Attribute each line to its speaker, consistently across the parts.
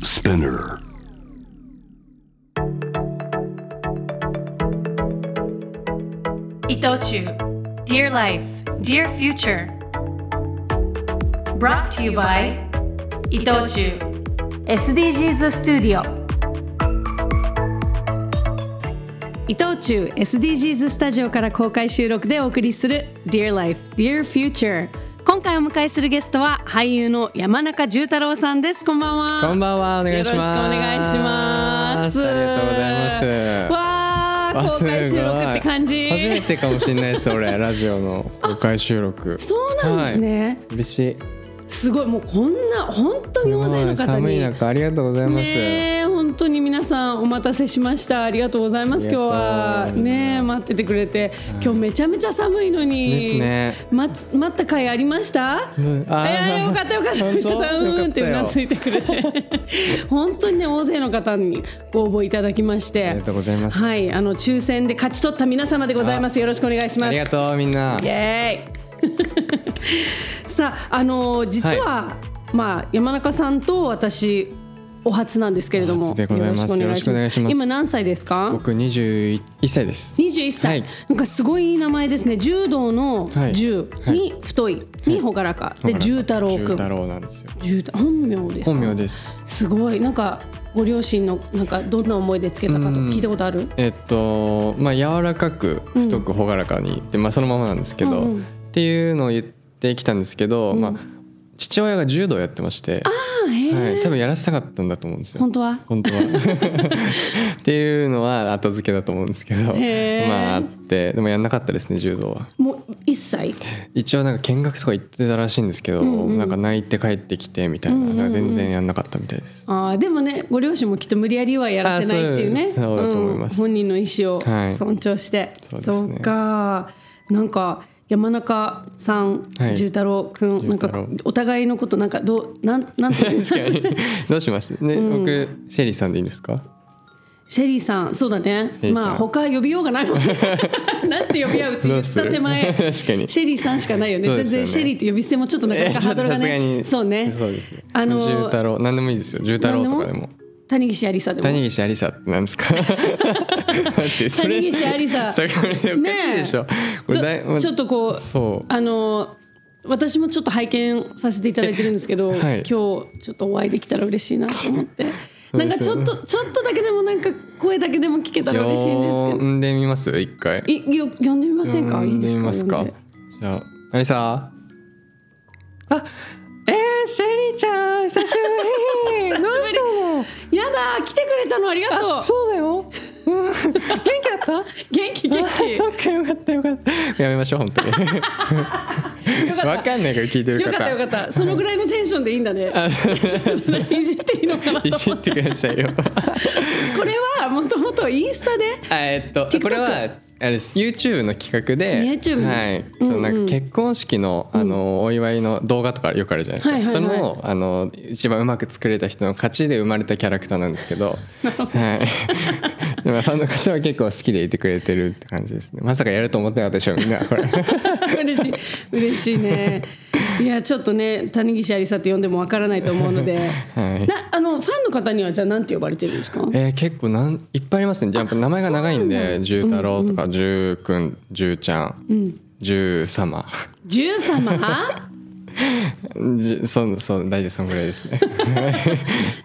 Speaker 1: Spinner.
Speaker 2: 伊藤忠 Dear Life, Dear Future Brought to you by 伊藤忠 SDGs Studio 伊藤忠 SDGs スタジオから公開収録でお送りする Dear Life, Dear Future 今回お迎えするゲストは俳優の山中重太郎さんですこんばん は
Speaker 3: こんばんは、お願いします。
Speaker 2: よろしくお願いします
Speaker 3: ありがとうございます。
Speaker 2: わ
Speaker 3: あ
Speaker 2: ー公開収録って
Speaker 3: す
Speaker 2: 感じ
Speaker 3: ごい初めてかもしれないです、俺、ラジオの公開収 録。
Speaker 2: そうなんですね、
Speaker 3: 嬉しい。
Speaker 2: すごいもうこんな本当に大勢の
Speaker 3: すごい
Speaker 2: 方
Speaker 3: 寒い
Speaker 2: に
Speaker 3: 中、ありがとうございます。
Speaker 2: ねえ本当に皆さんお待たせしましたありがとうございます
Speaker 3: あ
Speaker 2: 今
Speaker 3: りがとう
Speaker 2: 日はねえ待っててくれて今日めちゃめちゃ寒いのに
Speaker 3: ですね
Speaker 2: 待つ待った回ありました、
Speaker 3: うんあー
Speaker 2: いやいやよかったよかった
Speaker 3: 本当
Speaker 2: 皆さんう
Speaker 3: よかった
Speaker 2: ーん
Speaker 3: よ
Speaker 2: ってうなずいてくれて本当にね大勢の方にご応募いただきまして
Speaker 3: ありがとうございます
Speaker 2: はいあの抽選で勝ち取った皆様でございますよろしくお願いします
Speaker 3: ありがとう、みんな
Speaker 2: イ。エーイ さあ、あのー実は、まあ山中さんと私お初なんですけれども、
Speaker 3: お初でございますよろしくお願いします
Speaker 2: 今何歳ですか？
Speaker 3: 僕二十一歳です。
Speaker 2: 二十一歳、
Speaker 3: はい
Speaker 2: なんかすごいいい名前ですね。柔道の
Speaker 3: はい
Speaker 2: 柔
Speaker 3: はい
Speaker 2: に太い、にほがらか、で
Speaker 3: ほ
Speaker 2: 柔
Speaker 3: ら
Speaker 2: 太郎く
Speaker 3: 重太
Speaker 2: ん。
Speaker 3: 郎なんですよ。
Speaker 2: 柔太本名ですか？
Speaker 3: 本名です。
Speaker 2: すごいなんかご両親のなんかどんな思いでつけたかとか聞いたことある？
Speaker 3: えっとまあ柔らかく太く朗らかにって、まあ、そのままなんですけど、
Speaker 2: うんうん
Speaker 3: っていうのを言ってきたんですけど、まあ、父親が柔道やってまして、
Speaker 2: あへえ
Speaker 3: はい、多分やらせたかったんだと思うんですよ。
Speaker 2: 本当は
Speaker 3: 本当 はっていうのは後付けだと思うんですけど
Speaker 2: へー
Speaker 3: まああってでもやんなかったですね柔道は
Speaker 2: もう一歳？
Speaker 3: 一応なんか見学とか行ってたらしいんですけど、なんか泣いて帰ってきてみたいな,、なんか全然やんなかったみたいです
Speaker 2: あーでもねご両親もきっと無理やりはやらせないっていうね
Speaker 3: あーそうそうだと思います
Speaker 2: ん、本人の意思を
Speaker 3: はい
Speaker 2: 尊重して、
Speaker 3: そうですね
Speaker 2: そうかなんか山中さん、
Speaker 3: はい
Speaker 2: 重太郎くんなん
Speaker 3: 重
Speaker 2: か
Speaker 3: 太郎
Speaker 2: お互いのことなんかどうなんなん て
Speaker 3: 確かに どうしますね、僕シェリーさんでいいんですか
Speaker 2: シェリーさんそうだね
Speaker 3: ェリーさん
Speaker 2: まあ他呼びようがないもん なんて呼び合うって言った手前
Speaker 3: どうする確かに
Speaker 2: シェリーさんしかないよね
Speaker 3: そうで
Speaker 2: 全
Speaker 3: すよね
Speaker 2: 然シェリーって呼び捨てもちょっとなかなかハードルが
Speaker 3: さすが
Speaker 2: ね
Speaker 3: に
Speaker 2: そうね
Speaker 3: そうですね
Speaker 2: あの
Speaker 3: 重太郎何でもいいですよ重太郎とかでも
Speaker 2: 谷岸ありさでも
Speaker 3: 谷岸ありさってなんですか 待ってそれ
Speaker 2: 谷岸ありさ
Speaker 3: それこれおかしいでしょ、これだいま
Speaker 2: どちょっとこう
Speaker 3: そう
Speaker 2: あの私もちょっと拝見させていただいてるんですけど、
Speaker 3: えはい
Speaker 2: 今日ちょっとお会いできたら嬉しいなと思って
Speaker 3: そう
Speaker 2: な
Speaker 3: ですよね
Speaker 2: んかちょっとちょっとだけでもなんか声だけでも聞けたら嬉しいんです
Speaker 3: 呼んでみます一回
Speaker 2: けどいよ呼んでみませんか
Speaker 3: 呼
Speaker 2: いい
Speaker 3: ん
Speaker 2: で
Speaker 3: ですみ
Speaker 2: か
Speaker 3: ますか
Speaker 2: 呼んで
Speaker 3: じゃあありさあえー、シェリーちゃん久しぶ りどうした
Speaker 2: やだ来てくれたのありがとう
Speaker 3: のそうだよ、 うん、元気だった
Speaker 2: 元気元
Speaker 3: あ
Speaker 2: 気
Speaker 3: そっかよかったよかったやめましょう本当に
Speaker 2: よか
Speaker 3: わ
Speaker 2: った
Speaker 3: かんないから聞いてる
Speaker 2: よか
Speaker 3: 方
Speaker 2: ったよかったそのぐらいのテンションでいいんだねいじっていいのかな と
Speaker 3: い
Speaker 2: 思っ
Speaker 3: じ
Speaker 2: て
Speaker 3: ってくださいよ
Speaker 2: これはもともとインスタ で
Speaker 3: あえっと
Speaker 2: TikTok
Speaker 3: これはあれです YouTube の企画で
Speaker 2: YouTube の
Speaker 3: はいそのなんか結婚式の,、あのお祝いの動画とかよくあるじゃないですか、
Speaker 2: はいはいはい
Speaker 3: それもあの一番うまく作れた人の勝ちで生まれたキャラクターなんですけどはい、 でもファンの方は結構好きでいてくれてるって感じですねまさかやると思ってなかったでしょみんなこれ
Speaker 2: 嬉しい嬉しいねいやちょっとね谷岸ありさって呼んでもわからないと思うので、
Speaker 3: い
Speaker 2: なあのファンの方にはじゃあなんて呼ばれてるんですか
Speaker 3: えー結構なんいっぱいありますねやっぱ名前が長いんで「十太郎」とか「十くん」「十ちゃん」「十様」
Speaker 2: 十様
Speaker 3: じそうそう大体そのぐらいです ね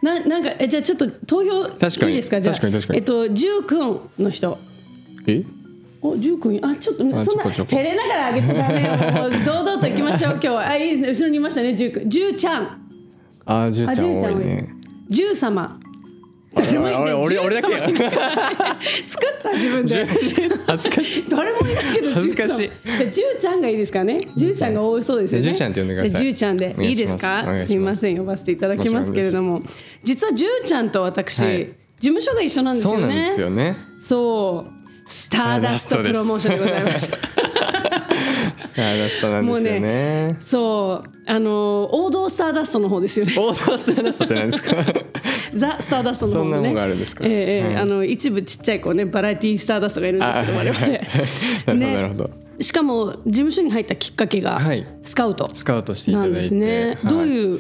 Speaker 2: ななんかえじゃあちょっと投票
Speaker 3: 確かに
Speaker 2: いいですかじゃあ
Speaker 3: 確かに確かに
Speaker 2: えっと十くんの人
Speaker 3: え
Speaker 2: お十くんあちょっと
Speaker 3: あ
Speaker 2: そ
Speaker 3: ちょ
Speaker 2: んな
Speaker 3: こちょこ
Speaker 2: 照れながら上げてダメよもう堂々と行きましょう今日はあいいですね後ろにいましたね十くん十ちゃん
Speaker 3: あー、じゅう
Speaker 2: あ
Speaker 3: ちゃ
Speaker 2: 十ちゃ
Speaker 3: ん
Speaker 2: ん
Speaker 3: 多い
Speaker 2: 多いです
Speaker 3: ね。
Speaker 2: 十様誰もいない
Speaker 3: あ俺俺だけ
Speaker 2: 10様 作った自分で
Speaker 3: 恥ずかしい。
Speaker 2: 誰もいないけど
Speaker 3: 恥ずかしい
Speaker 2: じゃあじゅうちゃんがいいですかねじゅうちゃんが多そうですよね
Speaker 3: じゅうちゃんって呼んでください
Speaker 2: じゃあじゅうちゃんで
Speaker 3: お願
Speaker 2: い
Speaker 3: いします
Speaker 2: いです
Speaker 3: お願いし
Speaker 2: か
Speaker 3: ます
Speaker 2: すいません呼ばせていただきますけれども実はじゅうちゃんと私、
Speaker 3: はい
Speaker 2: 事務所が一緒なんですよ
Speaker 3: そう
Speaker 2: ね
Speaker 3: なんですよね。
Speaker 2: そうスターダストプロモーションでございます
Speaker 3: スターダストなんですよね。
Speaker 2: そうあの王道スターダストの方ですよね
Speaker 3: 王道スターダストって何 ですか。
Speaker 2: ザ・スターダストの方もね
Speaker 3: そんなのがあるんですか
Speaker 2: ええええあの一部ちっちゃいこうねバラエティースターダストがいるんですけど我々、
Speaker 3: なるほど、
Speaker 2: ね
Speaker 3: なるほど。
Speaker 2: しかも事務所に入ったきっかけが
Speaker 3: はい
Speaker 2: スカウト
Speaker 3: スカウトしていただいて。
Speaker 2: なんですね。
Speaker 3: はい
Speaker 2: どういう、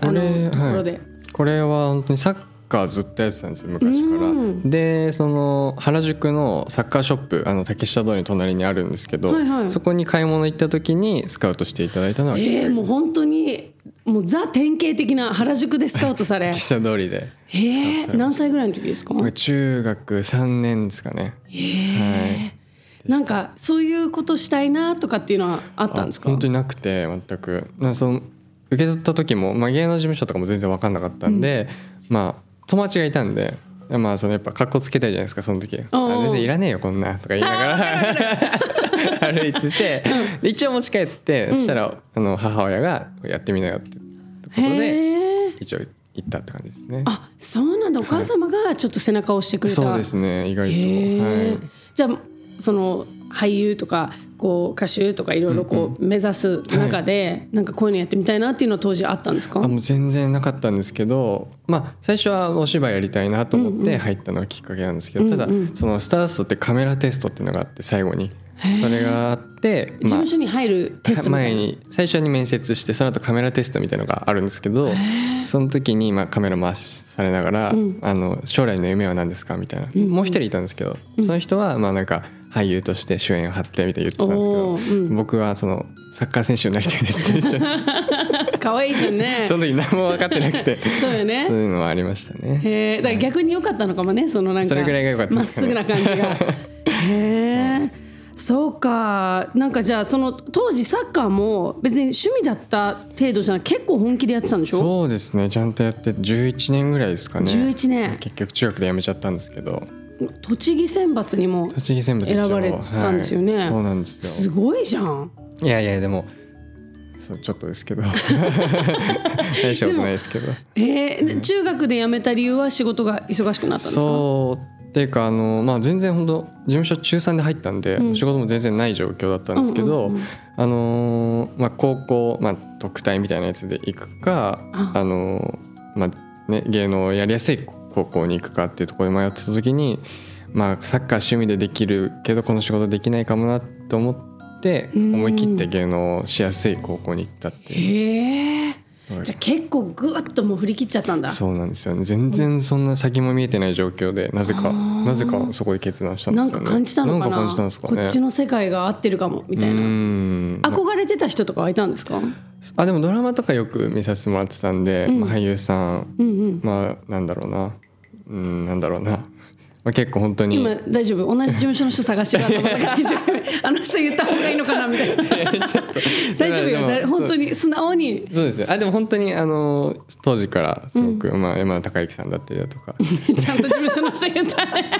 Speaker 2: あ
Speaker 3: これ
Speaker 2: のところ
Speaker 3: は
Speaker 2: で
Speaker 3: い、これは本当にサッカーずっとやってたんですよ昔から、
Speaker 2: うん
Speaker 3: でその原宿のサッカーショップあの竹下通りの隣にあるんですけど、
Speaker 2: はいはい
Speaker 3: そこに買い物行った時にスカウトしていただいたのはきっかけ
Speaker 2: え
Speaker 3: です
Speaker 2: ー、もう本当にもうザ典型的な原宿でスカウトされ
Speaker 3: 竹下通りで
Speaker 2: えー、何歳ぐらいの時ですか
Speaker 3: 僕中学3年ですかね
Speaker 2: えー
Speaker 3: は
Speaker 2: なんかそういうことしたいなとかっていうのはあったんですか
Speaker 3: あ本当になくて全くなその受け取った時も、まあ、芸能事務所とかも全然分かんなかったんで、まあ友達がいたんで。まあそのやっぱ格好つけたいじゃないですかその時「
Speaker 2: おうおう
Speaker 3: あ全然いらねえよこんな」とか言いながら 歩いてて、で一応持ち帰って、そしたらあの母親が「やってみなよ」ってことで
Speaker 2: へえ
Speaker 3: 一応行ったって感じですね。
Speaker 2: あそうなんだお母様がちょっと背中を押してくれた、
Speaker 3: そうですね意外と、
Speaker 2: へえ、
Speaker 3: はい、
Speaker 2: じゃあその俳優とかこう歌手とかいろいろこう目指す中で、なんかこういうのやってみたいなっていうのは当時あったんですか
Speaker 3: あもう全然なかったんですけど、まあ、最初はお芝居やりたいなと思って入ったのがきっかけなんですけど、ただそのスターダストってカメラテストっていうのがあって最後にそれがあって、
Speaker 2: 事
Speaker 3: まあ
Speaker 2: 務、所に入るテストみたい
Speaker 3: 前
Speaker 2: な、
Speaker 3: に最初に面接してその後カメラテストみたいのがあるんですけどその時にまあカメラ回しされながら、あの「将来の夢は何ですか?」みたいな、もう一人いたんですけど、その人はまあなんか俳優として主演を張ってみたいな言ってたんですけ
Speaker 2: お
Speaker 3: ど、
Speaker 2: ーう
Speaker 3: 僕はそのサッカー選手になりたいですって言っちゃって
Speaker 2: 可愛いじゃん ね
Speaker 3: その時何も分かってなくて
Speaker 2: そうよ ね
Speaker 3: そういうのはありましたね
Speaker 2: へえだから逆に良かったのかもねそのなんか
Speaker 3: それぐらいが良かった
Speaker 2: ま
Speaker 3: で
Speaker 2: っ
Speaker 3: す
Speaker 2: す
Speaker 3: かね
Speaker 2: ぐな感じがへえそうかなんかじゃあその当時サッカーも別に趣味だった程度じゃなく結構本気でやってたんでしょ
Speaker 3: そうですねちゃんとやって11年ぐらいですかね
Speaker 2: 11年
Speaker 3: 結局中学で辞めちゃったんですけど
Speaker 2: 栃木選抜にも
Speaker 3: 栃木選抜一応
Speaker 2: 選ばれたんですよね、
Speaker 3: はいそうなんです
Speaker 2: す
Speaker 3: よ
Speaker 2: ごいじゃん
Speaker 3: いやいやでもそうちょっとです けど大したことないですけど
Speaker 2: えーで中学で辞めた理由は仕事が忙しくなったんですか
Speaker 3: そうっていうかあの、まあ、全然本当事務所中3で入ったんで、仕事も全然ない状況だったんですけど、あのーまあ、高校、まあ、特待みたいなやつで行くか
Speaker 2: あ
Speaker 3: あのーまあね、芸能をやりやすい高校に行くかっていうところで迷ってた時に、まあ、サッカー趣味でできるけどこの仕事できないかもなと思って
Speaker 2: うん
Speaker 3: 思い切って芸能をしやすい高校に行ったっていう。
Speaker 2: へえ
Speaker 3: はい
Speaker 2: じゃあ結構ぐわっともう振り切っちゃったんだ
Speaker 3: そうなんですよね全然そんな先も見えてない状況でなぜ
Speaker 2: あ
Speaker 3: か
Speaker 2: ー
Speaker 3: なぜかそこで決断したんですよ
Speaker 2: なん
Speaker 3: ね
Speaker 2: か感じたのかなん
Speaker 3: か感じたんですか
Speaker 2: こ
Speaker 3: ね
Speaker 2: っちの世界が合ってるかもみ
Speaker 3: う
Speaker 2: たいな
Speaker 3: ーん
Speaker 2: 憧れてた人とかはいたんですか
Speaker 3: あでもドラマとかよく見させてもらってたんで、まあ、俳優さん、
Speaker 2: うんうん
Speaker 3: まあなんだろうなうんなんだろうな、まあ、結構本当に
Speaker 2: 今大丈夫同じ事務所の人探してるかと思ったから大丈夫あの人言った方がいいのかなみたいな 大丈夫よ
Speaker 3: いやでも
Speaker 2: だ本当に素直に
Speaker 3: そうですよあでも本当にあの当時からすごく、まあ、山田孝之さんだったりだ とか、
Speaker 2: ちゃんと事務所の人言った ね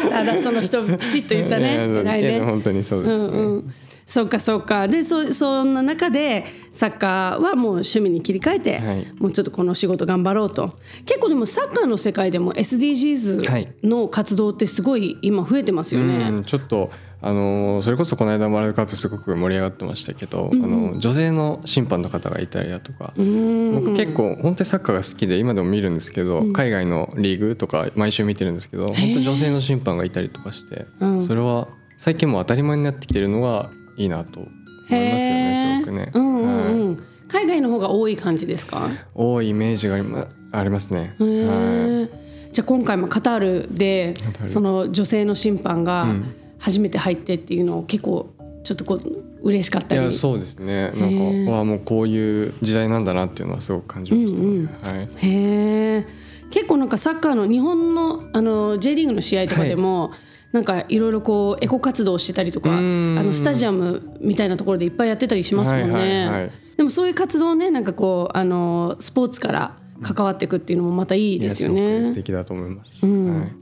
Speaker 2: さあだその人ピシッと言ったね偉い
Speaker 3: い
Speaker 2: ね
Speaker 3: や本当にそうで
Speaker 2: う
Speaker 3: すね、
Speaker 2: んうん、そうかそうかでそそんな中でサッカーはもう趣味に切り替えて、
Speaker 3: はい
Speaker 2: もうちょっとこの仕事頑張ろうと結構でもサッカーの世界でも
Speaker 3: はい
Speaker 2: SDGs の活動ってすごい今増えてますよね。
Speaker 3: うん、ちょっとあのーそれこそこの間ワールドカップすごく盛り上がってましたけど、あの女性の審判の方がいたりだとか、僕結構本当にサッカーが好きで今でも見るんですけど、海外のリーグとか毎週見てるんですけど本当女性の審判がいたりとかして、
Speaker 2: うん
Speaker 3: それは最近もう当たり前になってきてるのがいいなと思いますよ
Speaker 2: へ
Speaker 3: ね
Speaker 2: ー
Speaker 3: すごくね、
Speaker 2: うんうん
Speaker 3: はい
Speaker 2: うん海外の方が多い感じですか、
Speaker 3: 多いイメージがあり,、まありますね。
Speaker 2: へー
Speaker 3: はい
Speaker 2: じゃあ今回もカタールで
Speaker 3: カタール
Speaker 2: その女性の審判が初めて入ってっていうのを結構ちょっとこう嬉しかっ
Speaker 3: い
Speaker 2: たり
Speaker 3: やそうですねな
Speaker 2: へ
Speaker 3: ん
Speaker 2: ー
Speaker 3: かわあもうこういう時代なんだなっていうのはすごく感じましたね。はい
Speaker 2: へえ結構なんかサッカーの日本のあの J リーグの試合とかでも、なんかいろいろこうエコ活動をしてたりとかあ
Speaker 3: うん
Speaker 2: のスタジアムみたいなところでいっぱいやってたりしますもんね、
Speaker 3: はいはいはい
Speaker 2: でもそういう活動をねなんかこうあのスポーツから関わっていくっていうのもまたいい
Speaker 3: いや
Speaker 2: です
Speaker 3: す
Speaker 2: よ
Speaker 3: ごく
Speaker 2: ね
Speaker 3: 素敵だと思います。
Speaker 2: うん
Speaker 3: はい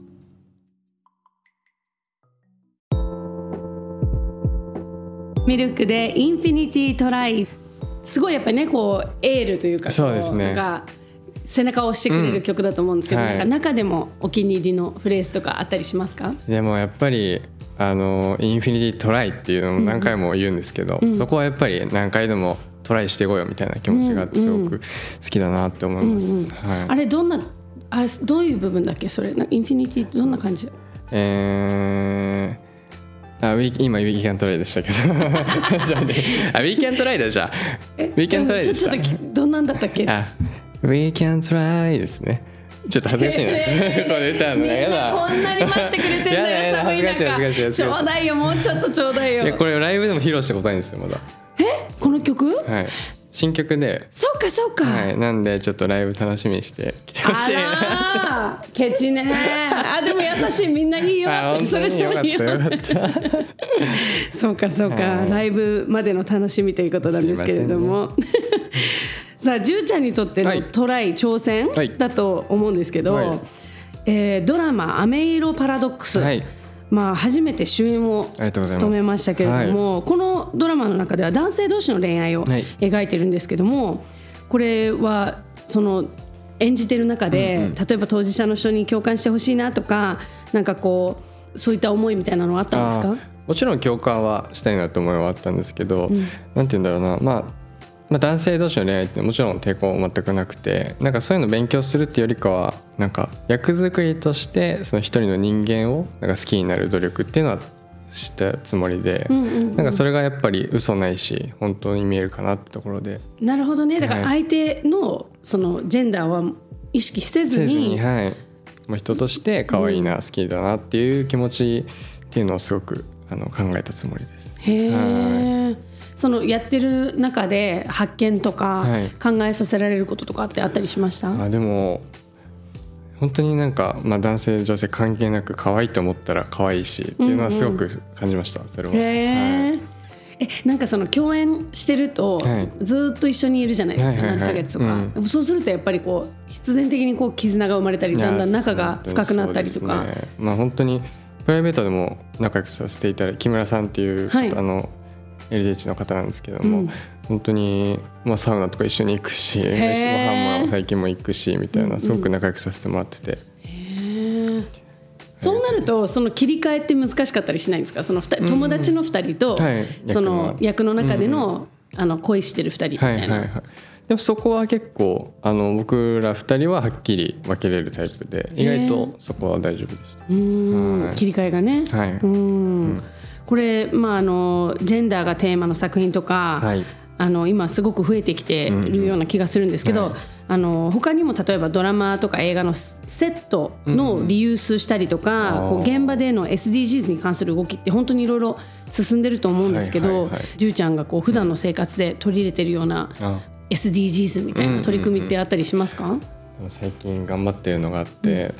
Speaker 2: ミルクでインフィニティトライすごいやっぱりねこうエールというかこ
Speaker 3: そうですね
Speaker 2: なんか背中を押してくれる曲だと思うんですけど、
Speaker 3: うんはい
Speaker 2: なんか中でもお気に入りのフレーズとかあったりしますか
Speaker 3: でもやっぱりあのインフィニティトライっていうのも何回も言うんですけど、そこはやっぱり何回でもトライしていこうよみたいな気持ちがあってすごく好きだなって思います。
Speaker 2: あ
Speaker 3: はい。
Speaker 2: れどんなあれどういう部分だっけそれなんかインフィニティどんな感じ
Speaker 3: えーあウィー今ウィーキャントライでしたけど じゃあねあウィーキャントライだじゃあウィーキャントライ
Speaker 2: ちょ
Speaker 3: で
Speaker 2: ちょっと
Speaker 3: し
Speaker 2: きどんなんだったっけ
Speaker 3: たあ We can try ですねちょっと恥ずかしいな これ歌うのがやだ
Speaker 2: こんなに待ってくれてんだ
Speaker 3: やだや
Speaker 2: よ
Speaker 3: だ
Speaker 2: 寒い
Speaker 3: 恥ずかしい恥ず
Speaker 2: 中
Speaker 3: かしい恥ず
Speaker 2: ち
Speaker 3: かしい
Speaker 2: ょうだいよもうちょっとちょうだいよ
Speaker 3: いやこれライブでも披露したことないんですよまだ
Speaker 2: この曲
Speaker 3: はい新曲で
Speaker 2: そうかそうか、
Speaker 3: はいなんでちょっとライブ楽しみにして来てほしいな
Speaker 2: あら ーケチねあでも優しいみんないい よ
Speaker 3: あ本
Speaker 2: そ
Speaker 3: 当
Speaker 2: れ
Speaker 3: に
Speaker 2: で
Speaker 3: よ
Speaker 2: も
Speaker 3: かっ
Speaker 2: いい
Speaker 3: た
Speaker 2: よ
Speaker 3: よかった
Speaker 2: そうかそうか、
Speaker 3: はい
Speaker 2: ライブまでの楽しみということなんですけれども、 さあじゅうちゃんにとっての
Speaker 3: はい
Speaker 2: トライ、挑戦
Speaker 3: はい
Speaker 2: だと思うんですけど、
Speaker 3: はい
Speaker 2: えードラマ「アメイロパラドックス」
Speaker 3: はい
Speaker 2: まあ、初めて主演を
Speaker 3: ありがとうございます
Speaker 2: 務めましたけれども、このドラマの中では男性同士の恋愛を
Speaker 3: はい
Speaker 2: 描いてるんですけども、これはその演じてる中で、例えば当事者の人に共感してほしいなとかなんかこうそういった思いみたいなのはあったんですか
Speaker 3: あーもちろん共感はしたいなって思いはあったんですけど、なんて言うんだろうな、まあ、まあ男性同士の恋愛ってもちろん抵抗全くなくてなんかそういうの勉強するっていうよりかはなんか役作りとしてその一人の人間をなんか好きになる努力っていうのはしたつもりで、なんかそれがやっぱり嘘ないし本当に見えるかなってところで
Speaker 2: なるほどねだから
Speaker 3: は
Speaker 2: 相手のそのジェンダーは意識せず
Speaker 3: せず
Speaker 2: に
Speaker 3: に、はい、もう人として可愛いな、好きだなっていう気持ちっていうのをすごくあの考えたつもりです。
Speaker 2: へ
Speaker 3: は
Speaker 2: えそのやってる中で発見とか
Speaker 3: はい
Speaker 2: 考えさせられることとかってあったりしました、
Speaker 3: あでも本当になんか、まあ、男性女性関係なく可愛いと思ったら可愛いしっていうのはすごく感じました、それは。
Speaker 2: へ
Speaker 3: はい
Speaker 2: ええなんかその共演してると、
Speaker 3: はい
Speaker 2: ずーっと一緒にいるじゃないですか、
Speaker 3: はいはいはい
Speaker 2: 何ヶ月とか、
Speaker 3: うん
Speaker 2: でもそうするとやっぱりこう必然的にこう絆が生まれたりだんだん仲が深くなったりと
Speaker 3: いや
Speaker 2: か
Speaker 3: そうですねまあ本当にプライベートでも仲良くさせていただいて木村さんっていう、
Speaker 2: はい
Speaker 3: あの LDH の方なんですけども、
Speaker 2: うん
Speaker 3: 本当に、まあ、サウナとか一緒に行くし飯ご
Speaker 2: へー
Speaker 3: 飯も最近も行くしみたいなすごく仲良くさせてもらってて、
Speaker 2: へえそうなるとその切り替えって難しかったりしないんですかその二人友達の2人と、
Speaker 3: はい
Speaker 2: その役
Speaker 3: 役
Speaker 2: の
Speaker 3: の
Speaker 2: 中での,、あの恋してる2人み
Speaker 3: は
Speaker 2: た
Speaker 3: いはいい
Speaker 2: な、
Speaker 3: はい。でもそこは結構あの僕ら二人ははっきり分けれるタイプで意外とそこは大丈夫でした。
Speaker 2: うーん
Speaker 3: はい
Speaker 2: 切り替えがね、
Speaker 3: はいう
Speaker 2: ーんこれ、まあ、あのジェンダーがテーマの作品とか、
Speaker 3: はい
Speaker 2: あの今すごく増えてきているような気がするんですけど、あの他にも例えばドラマとか映画のセセットのリユースしたりとか、
Speaker 3: あー
Speaker 2: こう現場での SDGs に関する動きって本当にいろいろ進んでると思うんですけど、
Speaker 3: はいはいはい
Speaker 2: じゅうちゃんがこう普段の生活で取り入れてるような
Speaker 3: あ
Speaker 2: SDGs みたいな取り組みってあったりしますか、
Speaker 3: でも最近頑張ってるのがあって、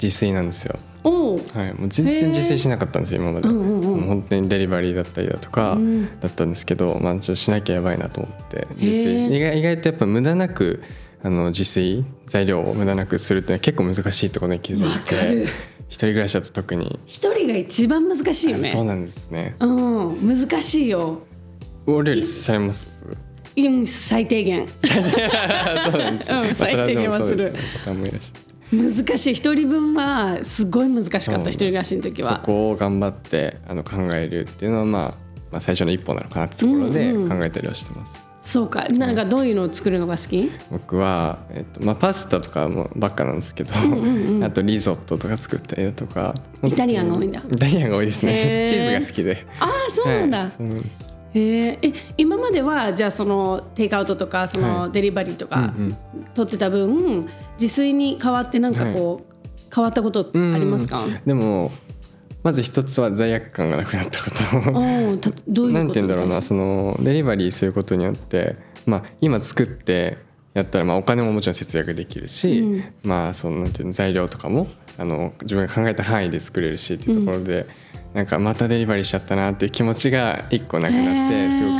Speaker 3: 自炊なんですよ。
Speaker 2: おう
Speaker 3: はい、もう全然自炊しなかったんですよ今まで、もう本当にデリバリーだったりだとかだったんですけど、まあ、ちょっとしなきゃやばいなと思って自炊意外意外とやっぱ無駄なくあの自炊材料を無駄なくするっていうのは結構難しいってことに気づいて一人暮らしだと特に、
Speaker 2: 一人が一番難しいよね。
Speaker 3: そうなんですね
Speaker 2: うん、難しいよ。
Speaker 3: お料理されます
Speaker 2: うん、最低 限。
Speaker 3: そうなんです、
Speaker 2: うん最低限はす
Speaker 3: まあそ
Speaker 2: る
Speaker 3: れはでもそうですねお子さんもいらっしゃって
Speaker 2: 難しい、一人分はすごい難しかった、一人暮らしの時
Speaker 3: そ
Speaker 2: は。
Speaker 3: こを頑張ってあの考えるっていうのは、まあ、まあ最初の一歩なのかなってところで考えたりはしてます、
Speaker 2: そうか、なんかどういうのを作るのが好き。
Speaker 3: 僕は、えっとまあ、パスタとかもばっかなんですけど、 あとリゾットとか作ったりだとか
Speaker 2: イタリアンが多いんだ
Speaker 3: イタリアンが多いです
Speaker 2: へ
Speaker 3: ね
Speaker 2: ー
Speaker 3: チーズが好きで
Speaker 2: ああ、そうなん
Speaker 3: は
Speaker 2: だ
Speaker 3: い。そうなんです
Speaker 2: へえ、え、今までは、じゃあ、そのテイクアウトとか、そ
Speaker 3: は
Speaker 2: の
Speaker 3: い
Speaker 2: デリバリーとか。取ってた分、自炊に変わって、なんかこう、変わったことありますか。
Speaker 3: うんでもまず一つは罪悪感がなくなったこと
Speaker 2: うん、た、どういうこと。
Speaker 3: なんて言うんだろうなそのデリバリーすることによって、まあ、今作ってやったら、まあ、お金ももちろん節約できるし、まあそのなんていうの材料とかもあの自分が考えた範囲で作れるしっていうところで、なんかまたデリバリーしちゃったなっていう気持ちが一個なくなって、
Speaker 2: へー
Speaker 3: す
Speaker 2: う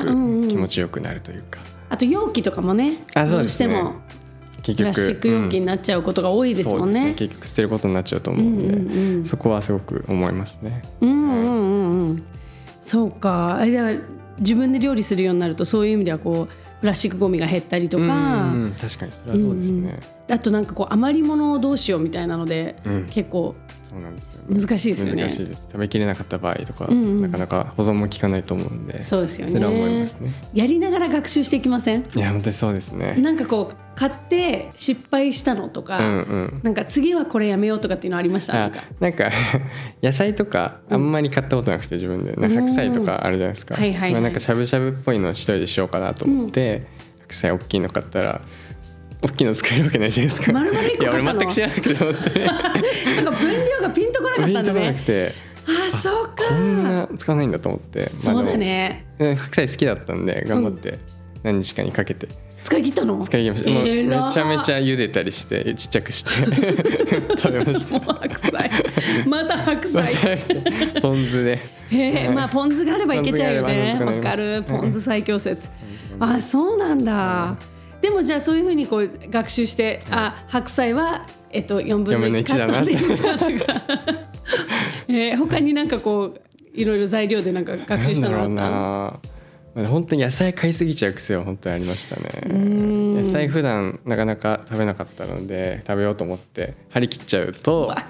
Speaker 3: ご
Speaker 2: んうん
Speaker 3: く気持ちよくなるというか、
Speaker 2: あと容器とかもね、
Speaker 3: あそ
Speaker 2: ど
Speaker 3: う
Speaker 2: う
Speaker 3: で
Speaker 2: し
Speaker 3: す
Speaker 2: て
Speaker 3: ね
Speaker 2: も。
Speaker 3: 結
Speaker 2: プラ
Speaker 3: 局
Speaker 2: スチック容器になっちゃうことが多いですもん
Speaker 3: そう
Speaker 2: ね。
Speaker 3: 結局捨てることになっちゃうと思うんで、
Speaker 2: うんうんうん
Speaker 3: そこはすごく思いますね。
Speaker 2: うんうんうんうん。そうか。あれだから自分で料理するようになるとそういう意味ではこうプラスチックゴミが減ったりとか、
Speaker 3: うんうん確かにそれはそうですね、
Speaker 2: あとなんかこう余り物をどうしようみたいなので、
Speaker 3: うん
Speaker 2: 結構
Speaker 3: そうなんですよ、ね。
Speaker 2: 難しいですよね
Speaker 3: 難しいです食べきれなかった場合とか、
Speaker 2: んうん
Speaker 3: なかなか保存も効かないと思うんで
Speaker 2: そうですよね。
Speaker 3: れは思いますね
Speaker 2: やりながら学習していきません？
Speaker 3: いや本当にそうですね
Speaker 2: なんかこう買って失敗したのとか、
Speaker 3: うんうん
Speaker 2: なんか次はこれやめようとかっていうのありました？な
Speaker 3: あ
Speaker 2: んか
Speaker 3: なんか 野菜とかあんまり買ったことなくて自分で、なんか白菜とかあるじゃないですか、
Speaker 2: うんはいはいはい
Speaker 3: まあ、なんかしゃぶしゃぶっぽいの一人でしようかなと思って、白菜大きいの買ったら大きいの使えるわけないじゃないですか
Speaker 2: 丸々一個
Speaker 3: いや
Speaker 2: 買った
Speaker 3: 俺
Speaker 2: の
Speaker 3: 全く知らなくて思って
Speaker 2: そうか分量がピンとこなかっ
Speaker 3: ピ
Speaker 2: た
Speaker 3: ン
Speaker 2: ん
Speaker 3: と
Speaker 2: だ
Speaker 3: こなく
Speaker 2: ね
Speaker 3: て
Speaker 2: あそうか
Speaker 3: こんな使わないんだと思って、まあ
Speaker 2: そうだね
Speaker 3: でもうん白菜好きだったんで頑張って何日かにかけて
Speaker 2: 使い切ったの
Speaker 3: 使い切りました、もう
Speaker 2: えら
Speaker 3: めちゃめちゃ茹でたりしてちっちゃくして 食べまし
Speaker 2: もう 白菜また白菜
Speaker 3: たポン酢で
Speaker 2: へえ、
Speaker 3: はい
Speaker 2: まあポン酢があればいけちゃうよね
Speaker 3: ポン
Speaker 2: わ
Speaker 3: 酢が
Speaker 2: か
Speaker 3: あれ
Speaker 2: る
Speaker 3: ばなんとかなります
Speaker 2: ポン酢最強説あそうなんだでもじゃあそういうふうにこう学習してあ白菜はえっと4分の1カットでいいんだとか えー他になんかこういろいろ材料でなんか学習したのあ
Speaker 3: なんだろう
Speaker 2: っ
Speaker 3: なまあ本当に野菜買いすぎちゃう癖は本当にありましたね野菜普段なかなか食べなかったので食べようと思って張り切っちゃうと
Speaker 2: わか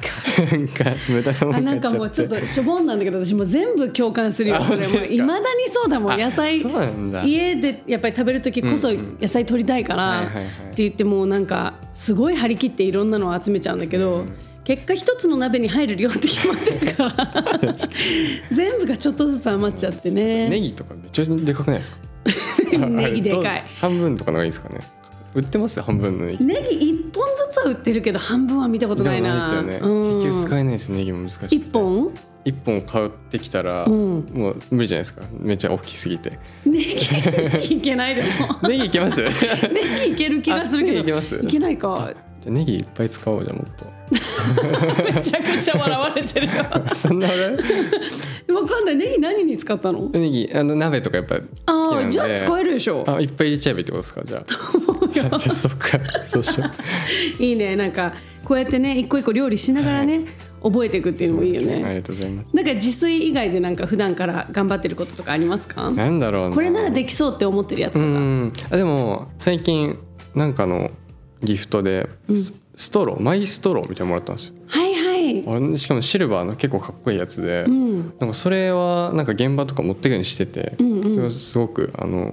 Speaker 3: なんか無駄な
Speaker 2: た
Speaker 3: も
Speaker 2: あ
Speaker 3: の
Speaker 2: な
Speaker 3: 買
Speaker 2: ん
Speaker 3: っちゃって
Speaker 2: かもうちょっとしょぼんなんだけど私もう全部共感するよ
Speaker 3: あ
Speaker 2: それ
Speaker 3: 本当
Speaker 2: も
Speaker 3: ですか
Speaker 2: いまだにそうだもん
Speaker 3: あ
Speaker 2: 野菜
Speaker 3: そうなんだ
Speaker 2: 家でやっぱり食べる時こそ
Speaker 3: うんうん
Speaker 2: 野菜取りたいか
Speaker 3: は
Speaker 2: ら
Speaker 3: い
Speaker 2: っ
Speaker 3: はいはい
Speaker 2: て言ってもうなんかすごい張り切っていろんなのを集めちゃうんだけど、結果一つの鍋に入る量って決まってるから 全部がちょっとずつ余っちゃって
Speaker 3: ネ
Speaker 2: ね
Speaker 3: ギとかめっちゃでかくないですか
Speaker 2: ネギでか
Speaker 3: あれ
Speaker 2: い
Speaker 3: どう半分とかのがいいですかね売ってます半分のネギ
Speaker 2: ネギ1本ずつは売ってるけど半分は見たことないな
Speaker 3: でもないですよね、
Speaker 2: うん、
Speaker 3: 結局使えないですネギも難しい
Speaker 2: 1本
Speaker 3: 一本買ってきたら、
Speaker 2: うん
Speaker 3: もう無理じゃないですかめっちゃ大きすぎて
Speaker 2: ネギ いけないでも
Speaker 3: ネギいけます
Speaker 2: ネギいける気がするけど
Speaker 3: あネギいけます
Speaker 2: けないか
Speaker 3: じゃあネギいっぱい使おうじゃんもっ
Speaker 2: めちゃくちゃ笑 われてるよ
Speaker 3: と そんな俺
Speaker 2: わかんないネギ何に使ったの
Speaker 3: ネギあの鍋とかやっぱ好き
Speaker 2: あ
Speaker 3: なんで
Speaker 2: ーじゃあ使えるでしょ
Speaker 3: あいっぱい入れちゃえばいいってことですかじゃあ じゃあそっかそうしよう
Speaker 2: いいねなんかこうやってね一個一個料理しながらね、覚えていくっていうのもいいよね
Speaker 3: ありがとうございます
Speaker 2: なんか自炊以外でなんか普段から頑張ってることとかありますか
Speaker 3: なんだろう
Speaker 2: これなら
Speaker 3: き
Speaker 2: できそうって思ってるやつと
Speaker 3: う
Speaker 2: か、
Speaker 3: んあでも最近なんかのギフトで、スストローマイストローみたいなのもらったんですよ
Speaker 2: はいはい
Speaker 3: あれしかもシルバーの結構かっこいいやつで、
Speaker 2: うん
Speaker 3: なんかそれはなんか現場とか持ってくようにしてて、
Speaker 2: うんうん
Speaker 3: それはすごくあの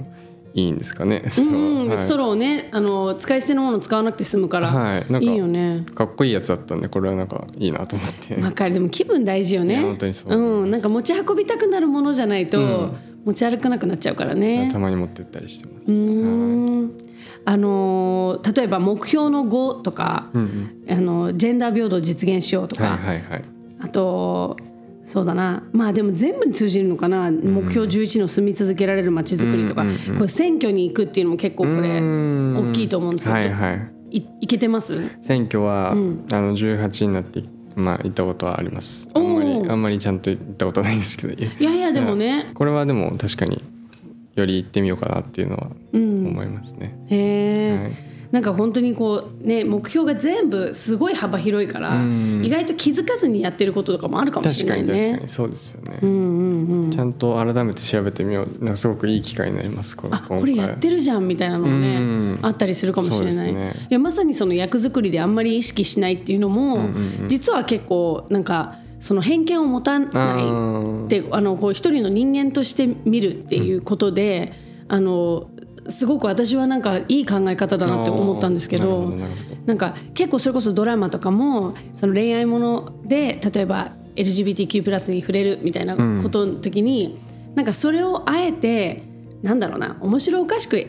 Speaker 3: いいんですかね。
Speaker 2: う
Speaker 3: それは
Speaker 2: ん、うん、
Speaker 3: はい
Speaker 2: ストローねあの使い捨てのもの使わなくて済むから、
Speaker 3: はいなんか
Speaker 2: いいよね
Speaker 3: かっこいいやつだったんでこれはなんかいいなと思って。
Speaker 2: わかるでも気分大事よね
Speaker 3: いや本当にそう思います
Speaker 2: ん、なんか持ち運びたくなるものじゃないと、
Speaker 3: うん
Speaker 2: 持ち歩かなくなっちゃうからね
Speaker 3: たまに持ってったりしてます。
Speaker 2: う
Speaker 3: はい
Speaker 2: ーんあのー例えば目標の5とか、
Speaker 3: うんうん
Speaker 2: あのジェンダー平等を実現しようとか、
Speaker 3: はいはいはい。
Speaker 2: あとそうだなまあでも全部に通じるのかな、目標11の住み続けられる街づくりとか、
Speaker 3: うんうんうん
Speaker 2: これ選挙に行くっていうのも結構これ
Speaker 3: 大
Speaker 2: 大きいと思うんですけど、
Speaker 3: はいいはい。
Speaker 2: いけてます
Speaker 3: 選挙は、
Speaker 2: ん
Speaker 3: あの18になってまあ行ったことはあります。あ
Speaker 2: おー
Speaker 3: んまりあんまりちゃんと行ったことないんですけど。
Speaker 2: いやいやでもね、
Speaker 3: これはでも確かにより行ってみようかなっていうのは思いますね。
Speaker 2: へえ、
Speaker 3: はい
Speaker 2: なんか本当にこうね目標が全部すごい幅広いから、
Speaker 3: うん
Speaker 2: 意外と気づかずにやってることとかもあるかもし
Speaker 3: 確
Speaker 2: れ
Speaker 3: か
Speaker 2: ない
Speaker 3: に
Speaker 2: ね。
Speaker 3: 確かにそうですよね、
Speaker 2: うんうんうん
Speaker 3: ちゃんと改めて調べてみようなんかすごくいい機会になりますこれ
Speaker 2: あこれやってるじゃんみたいなのも
Speaker 3: う
Speaker 2: ね
Speaker 3: ん
Speaker 2: あったりするかもしれ
Speaker 3: そう
Speaker 2: な
Speaker 3: で
Speaker 2: い,、
Speaker 3: すね
Speaker 2: いやまさにその役作りであんまり意識しないっていうのも、実は結構なんかその偏見を持たない
Speaker 3: 今
Speaker 2: っ
Speaker 3: 回
Speaker 2: てあのこう一人の人間として見るっていうことで、あのすごく私はなんかいい考え方だなって思ったんですけ
Speaker 3: あー
Speaker 2: ど。
Speaker 3: なるほどなるほど
Speaker 2: なんか結構それこそドラマとかもその恋愛もので例えば LGBTQ+ に触れるみたいなことの時に、なんかそれをあえてなんだろうな面白おかしく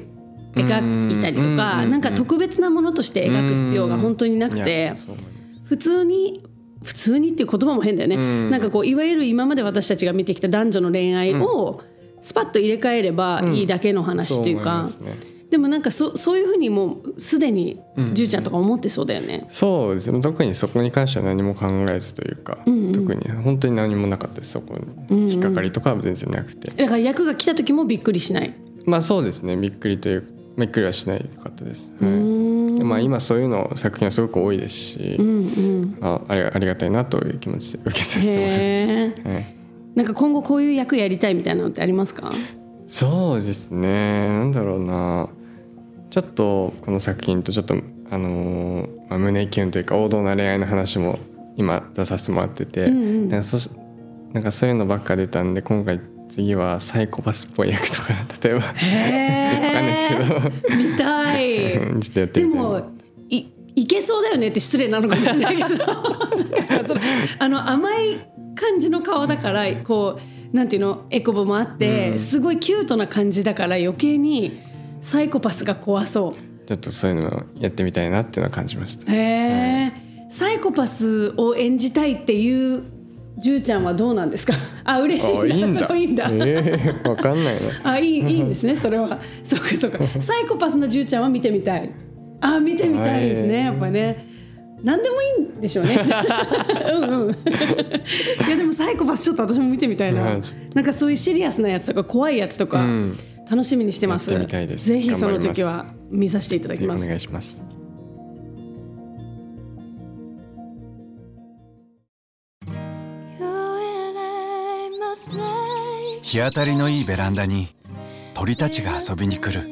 Speaker 2: 描いたりと
Speaker 3: うん
Speaker 2: か、
Speaker 3: うん
Speaker 2: なんか特別なものとして描く必要が本当になく
Speaker 3: い
Speaker 2: て
Speaker 3: や、そう思います
Speaker 2: 普通に普通にっていう言葉も変だよね、
Speaker 3: ん
Speaker 2: なんかこういわゆる今まで私たちが見てきた男女の恋愛をスパッと入れ替えればいいだけの話っていうか。
Speaker 3: そう思いますね
Speaker 2: でもなんかそそういうふうにもうすでにじゅうちゃんとか思ってそうだよね。
Speaker 3: そうですね特にそこに関しては何も考えずというか、特に本当に何もなかったですそこに引っかかりとかは全然なくて、
Speaker 2: だから役が来た時もびっくりしない。
Speaker 3: まあそうですねびっくりというびっくりはしないかったです、はいまあ、今そういうの作品はすごく多いですし、あありありがたいなという気持ちで受けさせてもらいました。
Speaker 2: へえ。
Speaker 3: はい
Speaker 2: なんか今後こういう役やりたいみたいなのってありますか？
Speaker 3: そうですねなんだろうなちょっとこの作品とちょっとあのーまあ、胸キュンというか王道な恋愛の話も今出させてもらってて、なんかそしなんかそういうのばっか出たんで今回次はサイコパスっぽい役とか 例えばわかんないですけど
Speaker 2: 見たい。
Speaker 3: うんちょっとやって
Speaker 2: で
Speaker 3: みたいな
Speaker 2: もいいけそうだよねって失礼なのかもしれないけど、なんかさ そのあの甘い感じの顔だからこうなんていうのエコボもあって、すごいキュートな感じだから余計にサイコパスが怖そう。
Speaker 3: ちょっとそういうのをやってみたいなっていうのは感じました
Speaker 2: へえ、サイコパスを演じたいっていうじゅうちゃんはどうなんですか あ嬉しいん
Speaker 3: あ
Speaker 2: だ
Speaker 3: いいんだ
Speaker 2: そういいんだ、
Speaker 3: ええわかんないね
Speaker 2: あいいいいんですねそれはそうかそうかサイコパスのじゅうちゃんは見てみたいあ見てみたいですね、
Speaker 3: はい
Speaker 2: やっぱね何でもいいんでしょう ねうんうんいやでもサイコパスちょっと私も見てみたいな、
Speaker 3: はいちょ
Speaker 2: なんかそういうシリアスなやつとか怖いやつとか、
Speaker 3: うん
Speaker 2: 楽しみにしてます
Speaker 3: やってみたいです
Speaker 2: ぜひその
Speaker 3: 頑張
Speaker 2: 時
Speaker 3: ります
Speaker 2: は見させていただき
Speaker 3: お
Speaker 2: ます
Speaker 3: 願いします
Speaker 1: 日当たりのいいベランダに鳥たちが遊びに来る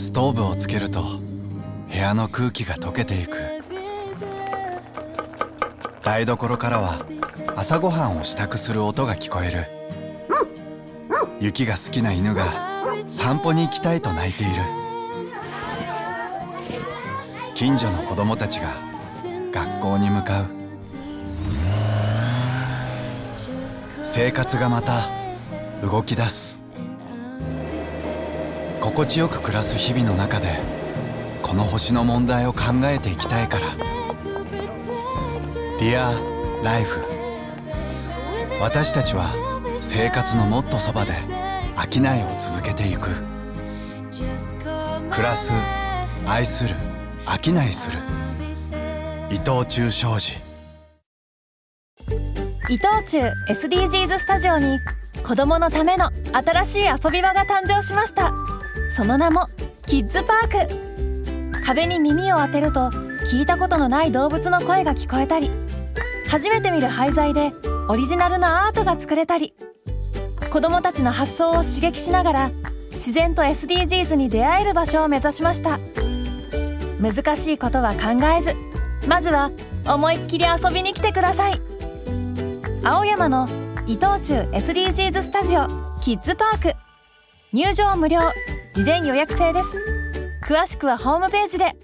Speaker 1: ストーブをつけると部屋の空気が溶けていく台所からは朝ごはんを支度する音が聞こえる雪が好きな犬が散歩に行きたいと泣いている近所の子供たちが学校に向かう生活がまた動き出す心地よく暮らす日々の中でこの星の問題を考えていきたいから「Dear Life」私たちは生活のもっとそばで商いを続けていく暮らす愛する商いする伊藤忠商事
Speaker 4: 伊藤忠 SDGs スタジオに子どものための新しい遊び場が誕生しましたその名もキッズパーク壁に耳を当てると聞いたことのない動物の声が聞こえたり初めて見る廃材でオリジナルのアートが作れたり子どもたちの発想を刺激しながら自然と SDGs に出会える場所を目指しました難しいことは考えずまずは思いっきり遊びに来てください青山の伊藤忠 SDGs スタジオキッズパーク入場無料事前予約制です詳しくはホームページで